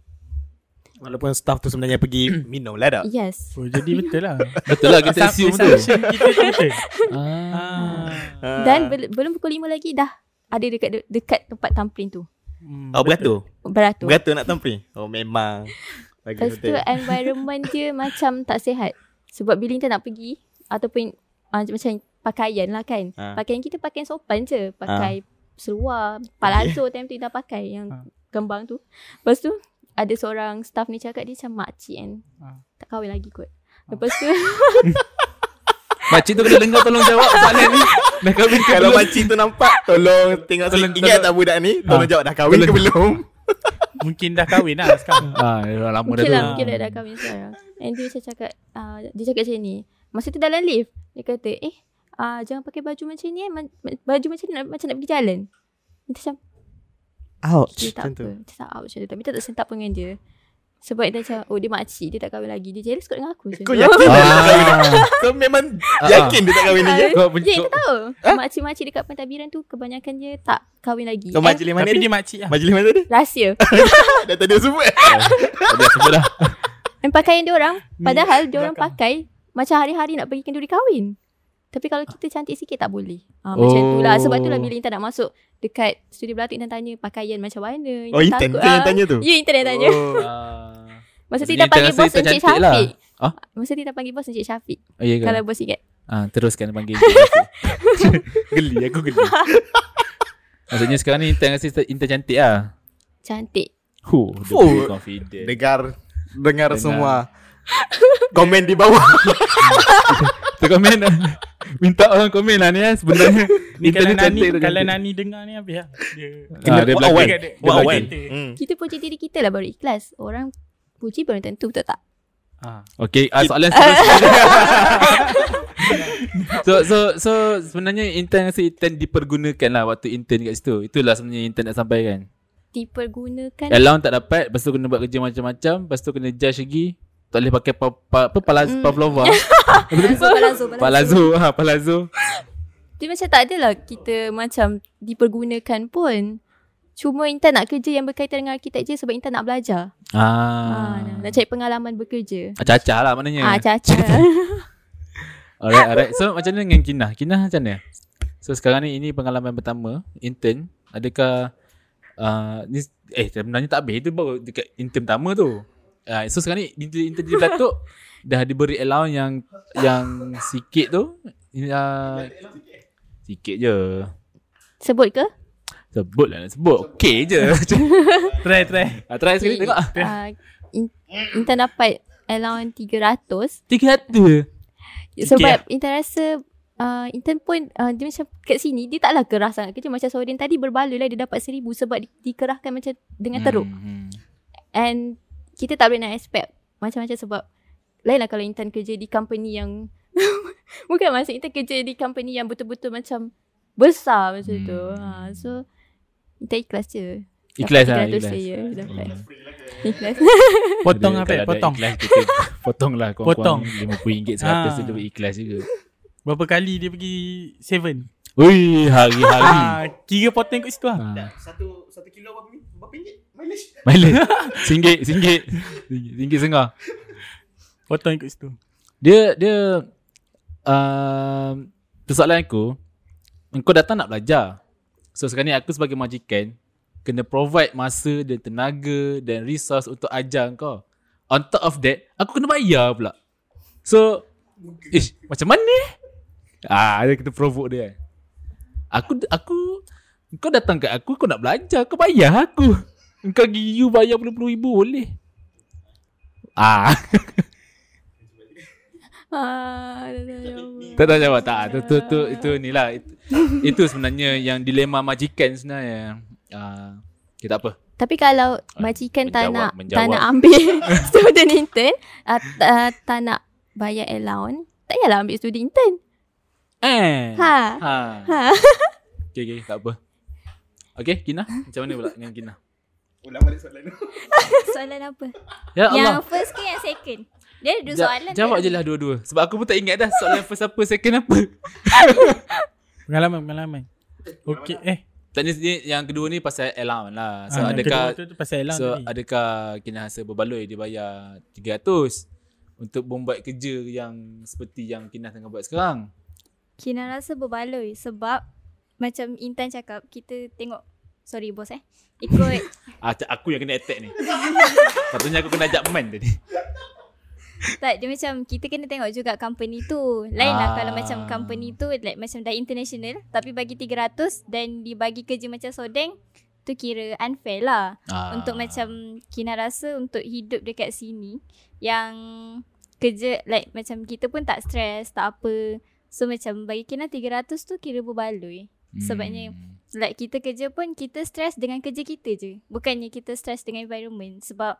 Walaupun staff tu sebenarnya pergi *coughs* minum lah tak? Yes. Oh, jadi betul lah. Betul lah kita assume tu. Assumption kita tu betul. Ah. Ah. Dan bel- belum pukul 5 lagi dah ada dekat de- dekat tempat tampling tu. Hmm. Oh, beratur? Beratur. Beratur nak tampil? Oh, memang. Bagi Lepas *laughs* tu betul. environment dia macam tak sihat. Sebab bila kita nak pergi ataupun uh, macam pakaian lah kan. Ha. Pakaian kita pakaian sopan je. Pakai seluar, palazzo time tu dah pakai yang Ha. kembang tu. Lepas tu ada seorang staff ni cakap dia macam makcik kan. Ha. Tak kahwin lagi kot. Lepas tu Makcik tu kena dengar tolong jawab soalan ni. Dah kahwin ke Kalau belum? makcik tu nampak, tolong tengok Tolong- sikit. Ingat tolong- tak budak ni? Tolong Ah. jawab dah kahwin ke belum? Mungkin dah kahwin lah sekarang. Ah, dah lama dah Mungkin tu. lah, mungkin lah dah kahwin sekarang. And dia macam cakap, uh, dia cakap macam ni. Masa tu dalam lift, dia kata, eh, uh, jangan pakai baju macam ni eh. Ma- ma- Baju macam ni nak, macam nak pergi jalan. Dia macam, Ouch. dia tak apa. Dia tak ah, ouch. Dia tak minta tak sentak pun dengan dia. Sebab dia macam, oh dia makcik, dia tak kahwin lagi. Dia jealous kot dengan aku Eh, je. Kau *laughs* yakin dia tak kahwin? *laughs* Kau memang Ah. yakin dia tak kahwin lagi? eh? Kau Ya, benci kau tahu. Makcik-makcik dekat pentadbiran tu, kebanyakan dia tak kahwin lagi. Eh, Kau majlis mana Tapi ni? dia makcik lah. Majlis mana tadi? Rahsia. Dah eh? tadi dia sebut. dah sebut dah. Dan pakaian dia orang Padahal dia orang belakang. pakai Macam hari-hari nak pergi kenduri kahwin Tapi kalau kita cantik sikit tak boleh ha, oh. Macam tu lah Sebab tu lah bila Intan nak masuk Dekat studio belatuk Intan tanya Pakaian macam mana Oh, Intan takut tu yang tanya tu? Ya Intan yang tanya oh. Ah. Masa Jadi tu Intan Intan panggil rasa bos Intan Encik cantik lah. Syafiq Ha? Masa tu Intan panggil bos Encik Syafiq Oh, ya ke? Kalau bos ingat Ah, teruskan panggil *laughs* Geli aku geli Maksudnya sekarang ni Intan rasa Intan cantik lah Cantik Huh, dia Oh. oh. confident Dengar dengar semua. Komen di *laughs* bawah. Tu komen lah. *laughs* Minta orang komen lah ni eh Sebenarnya Ni Intan kalau ni Nani, cantik tak kalau cantik Nani dengar ni habis lah. Dia Ah, dia Wak Wan. belakang dia- dia Wak Wan. belakang. Hmm. Kita puji diri kita lah baru ikhlas Orang puji belum tentu betul tak Okay uh, soalan *laughs* seterusnya So so so sebenarnya intern rasa intern dipergunakan lah waktu intern kat situ. Itulah sebenarnya intern nak sampaikan. Dipergunakan Allowance tak dapat, lepas tu kena buat kerja macam-macam, lepas tu kena judge lagi. Tak boleh pakai pa, pa, apa palaz, pavlova. Palazzo, palazzo, palazzo, ha, palazzo. Dia macam tak adalah kita macam dipergunakan pun. Cuma Intan nak kerja yang berkaitan dengan arkitektur sebab Intan nak belajar. Ah. Ah. Ha, nak cari pengalaman bekerja. Ah, Cacah lah maknanya. Ah, caca. *laughs* Alright, alright. So macam mana dengan Kinah? Kinah macam mana? So sekarang ni ini pengalaman pertama intern. Adakah uh, ni eh sebenarnya tak habis tu baru dekat intern pertama tu. Uh, so sekarang ni intern intern di Datuk *laughs* dah diberi allowance yang yang sikit tu. Uh, sikit je. Sebut ke? Sebut lah nak sebut. Okay *laughs* je. Try, try. Ah, try sekali tengok ah. Ah, In- Intan dapat allowance 300 300. sebab Intan rasa uh, Intan pun uh, dia macam kat sini dia taklah kerah sangat kerja macam Sorin tadi berbaloi lah dia dapat 1000 sebab di- dikerahkan macam dengan teruk. Hmm. And kita tak boleh nak expect macam-macam sebab lainlah kalau intern kerja di company yang *laughs* bukan maksud intern kerja di company yang betul-betul macam besar macam hmm. tu. Ha, so intern ikhlas je. Ikhlas lah, ikhlas. ikhlas. Je, dapat. Ikhlas. *laughs* Potong Ada- apa? kalau ada Potong. Ikhlas kita *laughs* potong lah Potong. Potong RM50 100 tu Ah. dapat ikhlas juga Berapa kali dia pergi seven? Ui Ah, hari-hari kira potong kat situ lah. Ah. Satu satu kilo berapa ni? Berapa ringgit? Mileage? Mileage *laughs* Singgit Singgit Singgit, singgit sengah Potong kat situ. Dia Dia um, Persoalan aku Engkau datang nak belajar So sekarang ni aku sebagai majikan kena provide masa dan tenaga dan resource untuk ajar kau. On top of that, aku kena bayar pula. So, ish, macam mana eh? Ah, dia kita provoke dia. kan. Aku aku kau datang kat aku kau nak belajar, kau bayar aku. Kau pergi you bayar puluh-puluh ribu boleh. Ah, *laughs* Ah, dah tak jawab. tak tahu jawab tak. Tu tu tu itu ni lah. Itu, itu sebenarnya yang dilema majikan sebenarnya. Ah, okay, tak apa. Tapi kalau majikan tak Ah, menjawab, nak menjawab. tak nak ambil *laughs* student intern, uh, uh, tak nak bayar allowance, tak payahlah ambil student intern. Eh. Ha. Ha. Ha. Okay, okay, tak apa. Okay, Kina. Macam mana pula dengan Kina? Soalan apa? Ya Yang Allah. first ke yang second? Dia ada dua Ja- soalan. jawab je dalam- lah dua-dua. Sebab aku pun tak ingat dah soalan first apa, second apa. Pengalaman, pengalaman. Okey, eh. Tak ni, ni yang kedua ni pasal allowance lah. So, ah, yang adakah kedua tu, tu pasal elang so tadi. adakah Kina rasa berbaloi dia bayar 300 untuk membuat kerja yang seperti yang Kina tengah buat sekarang? Kina rasa berbaloi sebab macam Intan cakap kita tengok sorry bos eh. Ikut *laughs* Ah, cak- aku yang kena *laughs* attack ni. Patutnya aku kena ajak Man tadi. tak dia macam kita kena tengok juga company tu. Lain lah Ah. kalau macam company tu like macam dah international tapi bagi 300 dan dibagi kerja macam sodeng tu kira unfair lah. Ah. Untuk macam Kina rasa untuk hidup dekat sini Yang kerja like macam kita pun tak stress tak apa So macam bagi Kina 300 tu kira berbaloi Hmm. sebabnya- Like kita kerja pun kita stress dengan kerja kita je Bukannya kita stress dengan environment Sebab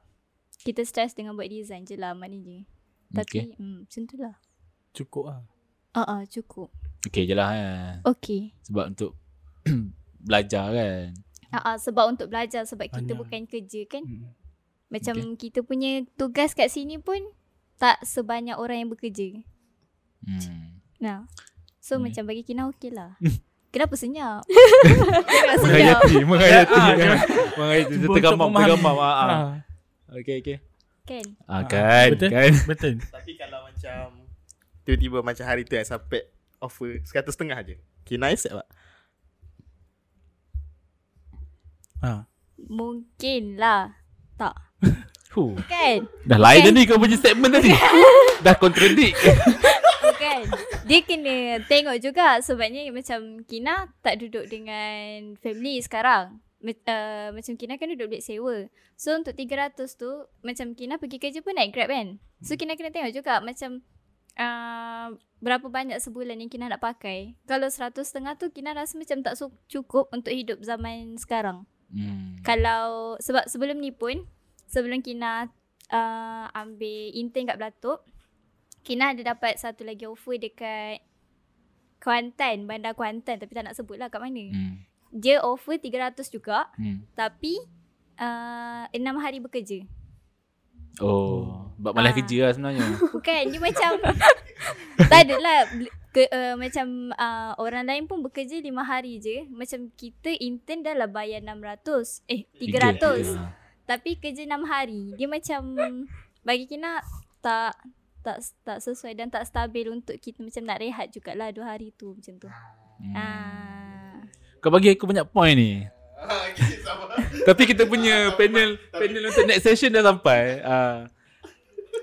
kita stress dengan buat design je lah maknanya Okay. Tapi hmm, macam tu lah Cukup lah. Ah uh-uh, cukup Okay je lah kan. Okay Sebab untuk *clears throat* belajar kan. uh-uh, Sebab untuk belajar sebab kita Banyak. bukan kerja kan Hmm. Macam kita punya tugas kat sini pun Tak sebanyak orang yang bekerja Hmm. Nah. So Hmm. macam bagi Kina okey lah. Kenapa senyap? Menghayati, menghayati. Ah, *laughs* jangan. Menghayati, dia Cuba untuk tergamam, memahami. tergamam. Ah, ah. Ah, Okay, okay. Kan? Ah, kan, kan, Betul? kan. Betul. Tapi kalau macam tiba-tiba macam hari tu eh sampai offer 100 setengah je. eh, Kina accept tak? Ha. Mungkin lah. Huh. Kan? Dah lain dah ni kau punya statement *laughs* tadi. dah contradict. Kan? Dia kena tengok juga sebabnya macam Kina tak duduk dengan family sekarang. Ma- uh, macam Kina kan duduk duit sewa. So untuk 300 tu macam Kina pergi kerja pun naik Grab kan. So Kina kena tengok juga macam uh, berapa banyak sebulan yang Kina nak pakai. Kalau 100 setengah tu Kina rasa macam tak su- cukup untuk hidup zaman sekarang. *laughs* Hmm. Kalau sebab sebelum ni pun sebelum Kina uh, ambil intern kat Belatuk, Kina ada dapat satu lagi offer dekat Kuantan, bandar Kuantan tapi tak nak sebut lah kat mana. Hmm. Dia offer 300 juga Hmm. tapi uh, 6 hari bekerja. Oh, sebab malas Ah. kerja lah *laughs* sebenarnya. Bukan dia macam tak adalah ke, uh, macam uh, orang lain pun bekerja 5 hari je. Macam kita intern dah lah bayar 600. Eh 300. Ah. Tapi kerja 6 hari Dia macam Bagi Kina Tak tak tak sesuai dan tak stabil untuk kita macam nak rehat jugalah dua hari tu macam tu. Hmm. Ah. Kau bagi aku banyak point ni. Tapi kita punya panel panel untuk next session dah sampai. Ah.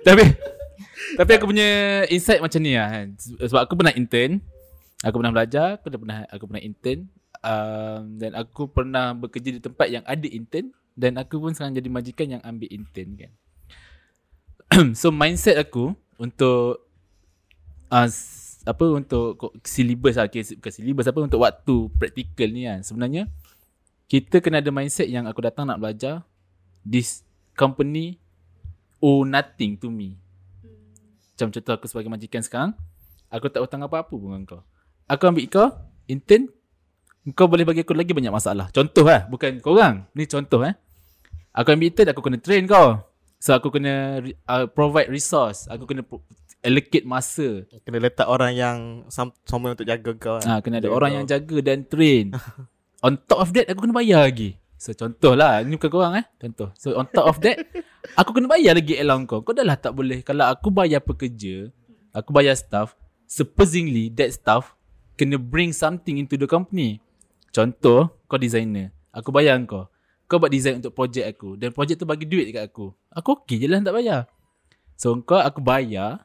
Tapi tapi aku punya insight macam ni lah kan. Sebab aku pernah intern. Aku pernah belajar, aku dah pernah aku pernah intern. Um, dan aku pernah bekerja di tempat yang ada intern dan aku pun sekarang jadi majikan yang ambil intern kan. *clears throat* so mindset aku untuk uh, apa untuk ko- syllabus lah, okay, bukan syllabus apa untuk waktu praktikal ni kan. Sebenarnya kita kena ada mindset yang aku datang nak belajar this company owe nothing to me. Macam contoh aku sebagai majikan sekarang, aku tak hutang apa-apa pun dengan kau. Aku ambil kau, intern, kau boleh bagi aku lagi banyak masalah. Contoh lah, bukan korang. Ni contoh eh. Aku ambil intern, aku kena train kau. So aku kena re- uh, provide resource. Aku kena pro- allocate masa. Kena letak orang yang sam- sama untuk jaga kau. Ah, kena ada orang yang jaga dan train. on top of that aku kena bayar lagi. So contoh lah, ni bukan korang eh. Contoh. So on top of that aku kena bayar lagi allowance kau. Kau dah lah tak boleh kalau aku bayar pekerja, aku bayar staff, supposingly that staff kena bring something into the company. Contoh, kau designer. Aku bayar kau. Kau buat design untuk projek aku Dan projek tu bagi duit dekat aku Aku okey je lah tak bayar So kau aku bayar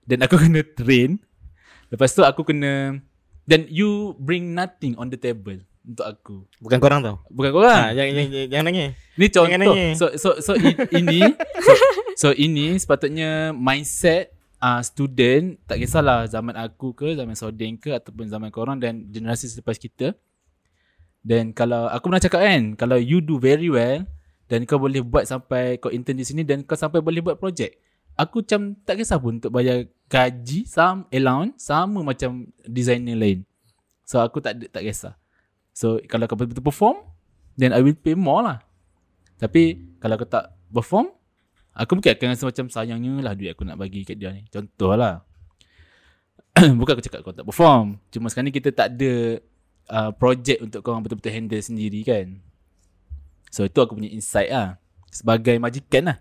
Dan aku *laughs* kena train Lepas tu aku kena Dan you bring nothing on the table Untuk aku Bukan korang tau Bukan lah. korang ha, jangan, jangan, jangan nangis Ni Jangan contoh. nanya. So so so i- ini so, so ini sepatutnya mindset uh, student tak kisahlah zaman aku ke zaman Sodeng ke ataupun zaman korang dan generasi selepas kita. Dan kalau aku pernah cakap kan, kalau you do very well dan kau boleh buat sampai kau intern di sini dan kau sampai boleh buat projek. Aku macam tak kisah pun untuk bayar gaji, sam, allowance sama macam designer lain. So aku tak ada- tak kisah. So kalau kau betul-betul perform, then I will pay more lah. Tapi kalau aku tak perform Aku mungkin akan rasa macam sayangnya lah duit aku nak bagi kat dia ni Contoh lah *clears throat* Bukan aku cakap kau tak perform Cuma sekarang ni kita tak ada uh, projek untuk kau betul-betul handle sendiri kan So itu aku punya insight lah Sebagai majikan lah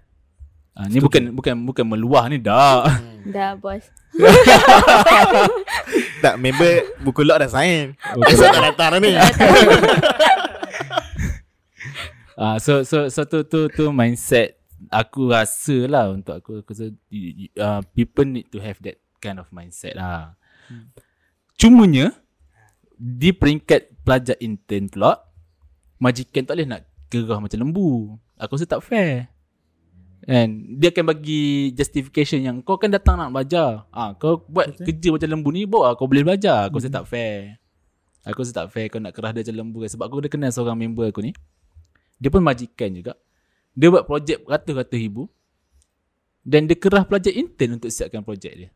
uh, Ni bukan bukan bukan meluah ni dah *laughs* Dah bos. Tak member *laughs* buku log dah sign Bukan. Esok tak datang dah ni *laughs* Ah, so so so tu tu tu mindset aku rasa lah untuk aku aku rasa y- y- uh, people need to have that kind of mindset lah. Cumanya di peringkat pelajar intern pula majikan tak boleh nak gerah macam lembu. Aku rasa tak fair. Kan dia akan bagi justification yang kau kan datang nak belajar. Ah kau buat Betul. kerja macam lembu ni bawa kau boleh belajar. Aku rasa tak fair. Aku rasa tak fair kau nak kerah dia macam lembu kan sebab aku dah kenal seorang member aku ni dia pun majikan juga. Dia buat projek ratus-ratus ribu. Dan dia kerah pelajar intern untuk siapkan projek dia.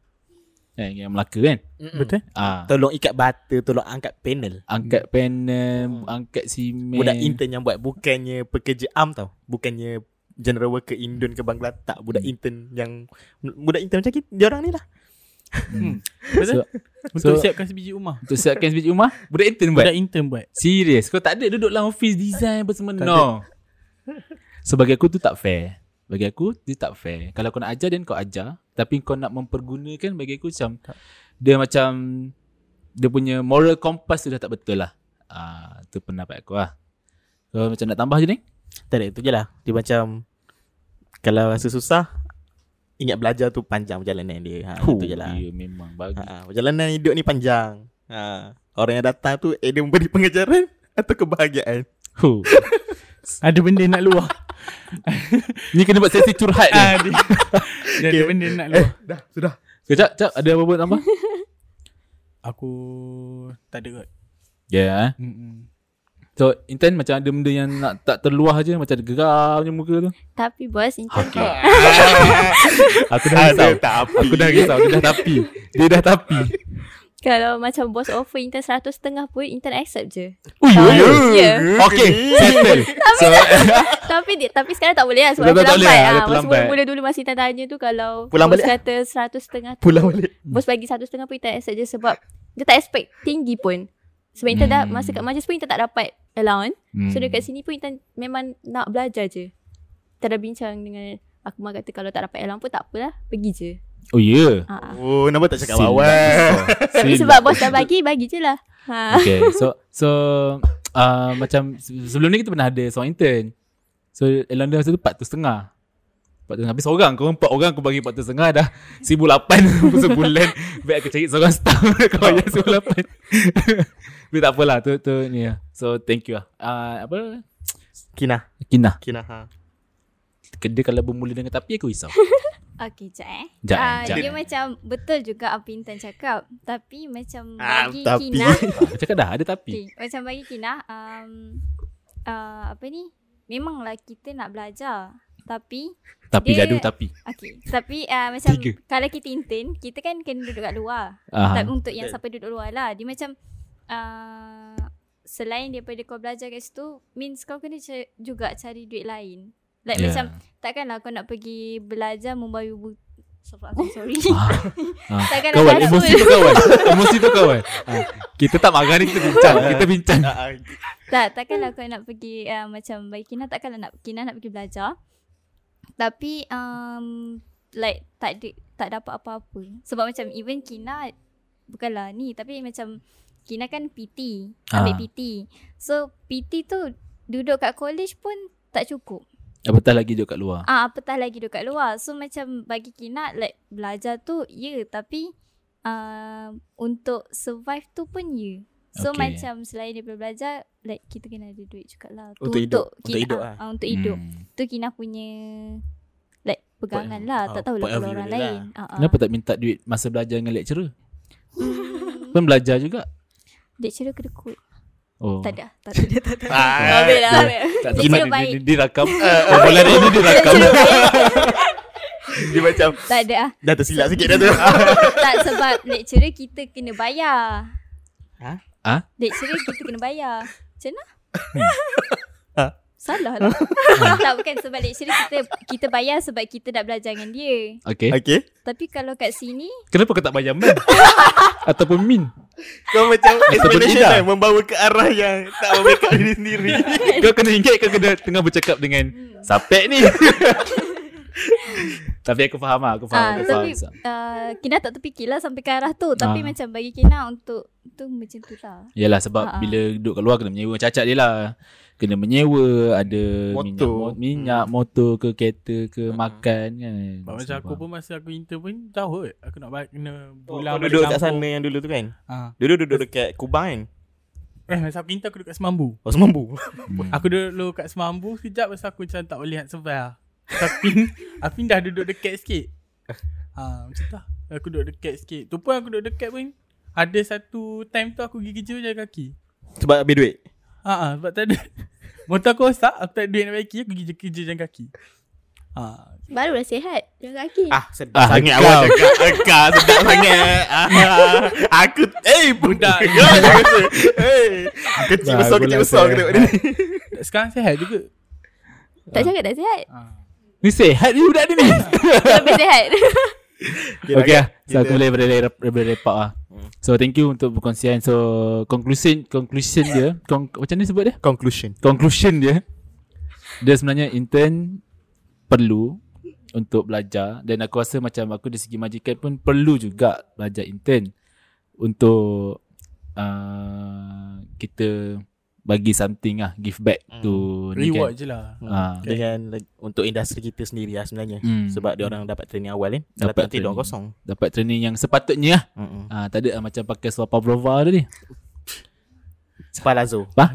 Eh, yang Melaka kan? Betul? Ah, Tolong ikat bata Tolong angkat panel angkat panel, angkat simen. Hmm. Budak intern yang buat Bukannya pekerja am tau Bukannya General worker Indon ke Bangladesh Tak budak Hmm. intern yang Budak intern macam kita Dia orang ni lah *laughs* Betul? Hmm. So, Untuk so- siapkan sebiji rumah. untuk siapkan sebiji rumah, budak intern buat. Budak intern buat. Serius Kau tak ada duduk dalam office Design apa semua No *laughs* So bagi aku tu tak fair Bagi aku Dia tak fair Kalau kau nak ajar Then kau ajar Tapi kau nak mempergunakan Bagi aku macam Dia macam Dia punya moral compass tu dah tak betul lah Ah, tu pendapat aku lah So macam nak tambah je ni Tak ada itu je lah Dia macam Kalau rasa susah Ingat belajar tu panjang perjalanan dia Ah, ha, Itu je lah Dia Ya, memang bagi ha, Perjalanan hidup ni panjang ha, Orang yang datang tu Eh dia memberi pengajaran *laughs* Atau kebahagiaan Huh. Ada benda nak *laughs* luar. Ni kena buat sesi curhat ni Ah, dia, *laughs* dia ada benda nak Eh. luar. Dah sudah Sekejap sekejap Ada apa-apa nak tambah Aku tak ada kot. *laughs* Ya yeah, eh. Mm-mm. So intern macam ada benda yang nak tak terluah je Macam ada geram je muka tu Tapi bos intern Okay Aku dah risau Ada tapi Aku dah risau Dia dah tapi Dia dah tapi kalau macam bos offer intern 100 setengah pun intern accept je. Ui Tak, ui. Ya. Okay Settle So Tapi dia, tapi sekarang tak boleh lah sebab Dah- dah tak dah, terlambat. boleh lah, dah ah, masa terlambat. mula-mula dulu masih tanya tu kalau Pulang bos balik kata 100 setengah tu, Pulang balik bos bagi 100 setengah pun intern accept je sebab dia tak expect tinggi pun. Sebab intern dah Hmm. masa kat majlis pun intern tak dapat allowance. hmm. So dekat sini pun Intan memang nak belajar je. Kita dah bincang dengan Akmal kata kalau tak dapat allowance pun tak apalah, pergi je. Oh ya Ha. ah. Oh nampak tak cakap Silap. awal Silap. Tapi sebab bos dah bagi, bagi je lah. Ha. Okay so So uh, Macam se- Sebelum ni kita pernah ada Seorang intern So Elon dia masa tu 4 tu setengah Empat tu Habis seorang Kau empat orang Aku bagi empat tu setengah dah Seribu lapan *laughs* Sebulan Baik aku cari seorang staff *laughs* Kau bayar seribu lapan *laughs* Tapi tak apalah tu, tu ni lah. So thank you lah uh, Apa Kinah Kinah Kinah ha. Dia kalau bermula dengan tapi Aku *laughs* risau Okay, sekejap eh. Sekejap, Ah, sekejap. Dia macam betul juga apa Intan cakap. Tapi macam Ah, bagi tapi. Kina. Aku cakap dah Ada tapi Okay, macam bagi Kina. Um, uh, apa ni? Memanglah kita nak belajar. Tapi Tapi Dia- dia, gaduh tapi. Okay Tapi uh, macam Tiga. Kalau kita intern Kita kan kena duduk kat luar Aha. tak, Untuk yang sampai duduk luar lah Dia macam uh, Selain daripada kau belajar kat situ Means kau kena ca- juga cari duit lain Like yeah. macam Takkanlah kau nak pergi belajar Membayu bu- Astagfirullah, Sorry *laughs* Ah. Takkanlah Kawan, belajar emosi tu *laughs* kawan. Emosi tu kawan. Ha. Kita tak marah ni, kita bincang. Kita bincang. Ha, Tak, takkanlah kau nak pergi uh, macam baik Kina takkanlah nak Kina nak pergi belajar. Tapi um, like tak ada, tak dapat apa-apa. Sebab macam even Kina bukanlah ni tapi macam Kina kan PT, ambil Ah. PT. So PT tu duduk kat college pun tak cukup. Apatah lagi duduk kat luar. Ah, apatah lagi duduk kat luar. So macam bagi Kina like belajar tu ya yeah, tapi uh, untuk survive tu pun ya. Yeah. Okay. So okay. macam selain daripada belajar like kita kena ada duit juga lah. Tu Untuk hidup. Untuk Kina- hidup ah, lah. ah, untuk hidup. Hmm. Tu Kina punya like pegangan Point- lah. ah, Tak tahu lah point of kalau view orang dia lain. Ah, ah. Kenapa tak minta duit masa belajar dengan lecturer? Pun belajar juga. Dia cerita kena kot. Oh. Tak ada. Tak ada. Tak ada. Ah, Habis lah. habis. Tak Dia sempat kira baik. dia, dia, dia *laughs* rakam. Eh, Ah, Bola dia ni dia rakam Dia macam Tak ada ah. Dah tersilap sikit *laughs* dah tu Tak sebab lecturer kita kena bayar. Ha? Ha? Hmm. Lecturer kita kena bayar. Macam mana? Ha? Salah lah. tak bukan sebab lecturer kita kita bayar sebab kita nak belajar dengan dia. Okay. Okay Tapi kalau kat sini Kenapa kau tak bayar min? *laughs* Ataupun min? Kau *laughs* macam explanation Ida. lah Membawa ke arah yang Tak memikir diri *laughs* sendiri Kau kena ingat kau kena tengah bercakap dengan Hmm. Sapek ni. *laughs* tapi aku faham lah. Aku faham. ah aku faham. tapi ah, Kina tak terfikirlah sampai ke arah tu tapi Ah. macam bagi Kina untuk tu macam tu lah. Yalah sebab Ha, ha. bila duduk kat luar kena menyewa cacat dia lah. Kena menyewa, ada minyak, Motor. Hmm. mo- minyak motor ke kereta ke makan kan. Sebab macam aku pun masa aku intern pun jauh kot. Aku nak balik kena Pula bulan balik Oh, duduk kat kampung. sana yang dulu tu kan Ah. Dulu duduk dekat Kubang kan Eh masa aku intern aku duduk kat Semambu. Oh semambu Hmm. Aku duduk kat Semambu sekejap pasal aku macam tak boleh nak survive lah. Tapi *laughs* aku pindah duduk dekat sikit. Ha, macam tu lah. Aku duduk dekat sikit. Tu pun aku duduk dekat pun ada satu time tu aku pergi kerja jalan kaki. Sebab habis duit Ha, ha sebab tak ada *laughs* motor aku rosak, aku tak ada duit nak baiki, aku pergi kerja, kerja jalan kaki. Ha, Barulah sihat. Jalan kaki. Ah sedap Ah, sangat engkau. awak cakap Engkau sedap *laughs* sangat ah, Aku Eh budak Eh Kecil Dah, besar aku kecil lah besar Aku saya. tengok dia ni sekarang sihat juga. Tak cakap tak sihat. Ni sehat ni budak *laughs* ni. Lebih sihat. Okay lah So kita- Hmm. aku boleh daripada, daripada lepak lah So thank you untuk perkongsian So conclusion Conclusion dia con- Macam ni sebut dia Conclusion *laughs* Conclusion dia Dia sebenarnya intern Perlu Untuk belajar Dan aku rasa macam Aku dari segi majikan pun Perlu juga Belajar intern Untuk uh, Kita Bagi something lah Give back to ni Reward kan. je lah. Ah. Dengan like, Untuk industri kita sendiri lah sebenarnya Hmm. Sebab dia orang dapat training awal kan Dapat Kalau tak nanti dia orang training. kosong Dapat training yang sepatutnya lah Mm-mm. Ah, Tak ada lah macam pakai suara Pavlova tu ni Palazzo Bah?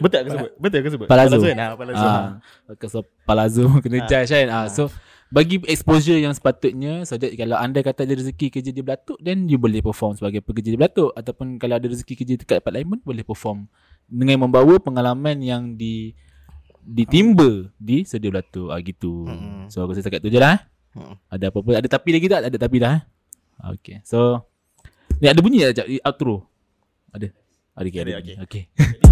Betul aku sebut Betul aku sebut Palazzo. kan? Ah, Palazzo Ah, pakai so palazzo *laughs* kena judge kan. Ah, so bagi exposure yang sepatutnya so that kalau anda kata ada rezeki kerja di Belatuk then you boleh perform sebagai pekerja di Belatuk ataupun kalau ada rezeki kerja dekat tempat lain pun boleh perform dengan membawa pengalaman yang di ditimba di sedia Belatuk ah gitu. Mm-mm. So aku rasa setakat tu je lah. eh. Mm-mm. Ada apa-apa ada tapi lagi tak? Ada tapi dah. eh. Ah, Okay. So ni Eh, ada bunyi tak Jap? outro? Ada. Ada okay, Ada, ada. okay. Okay.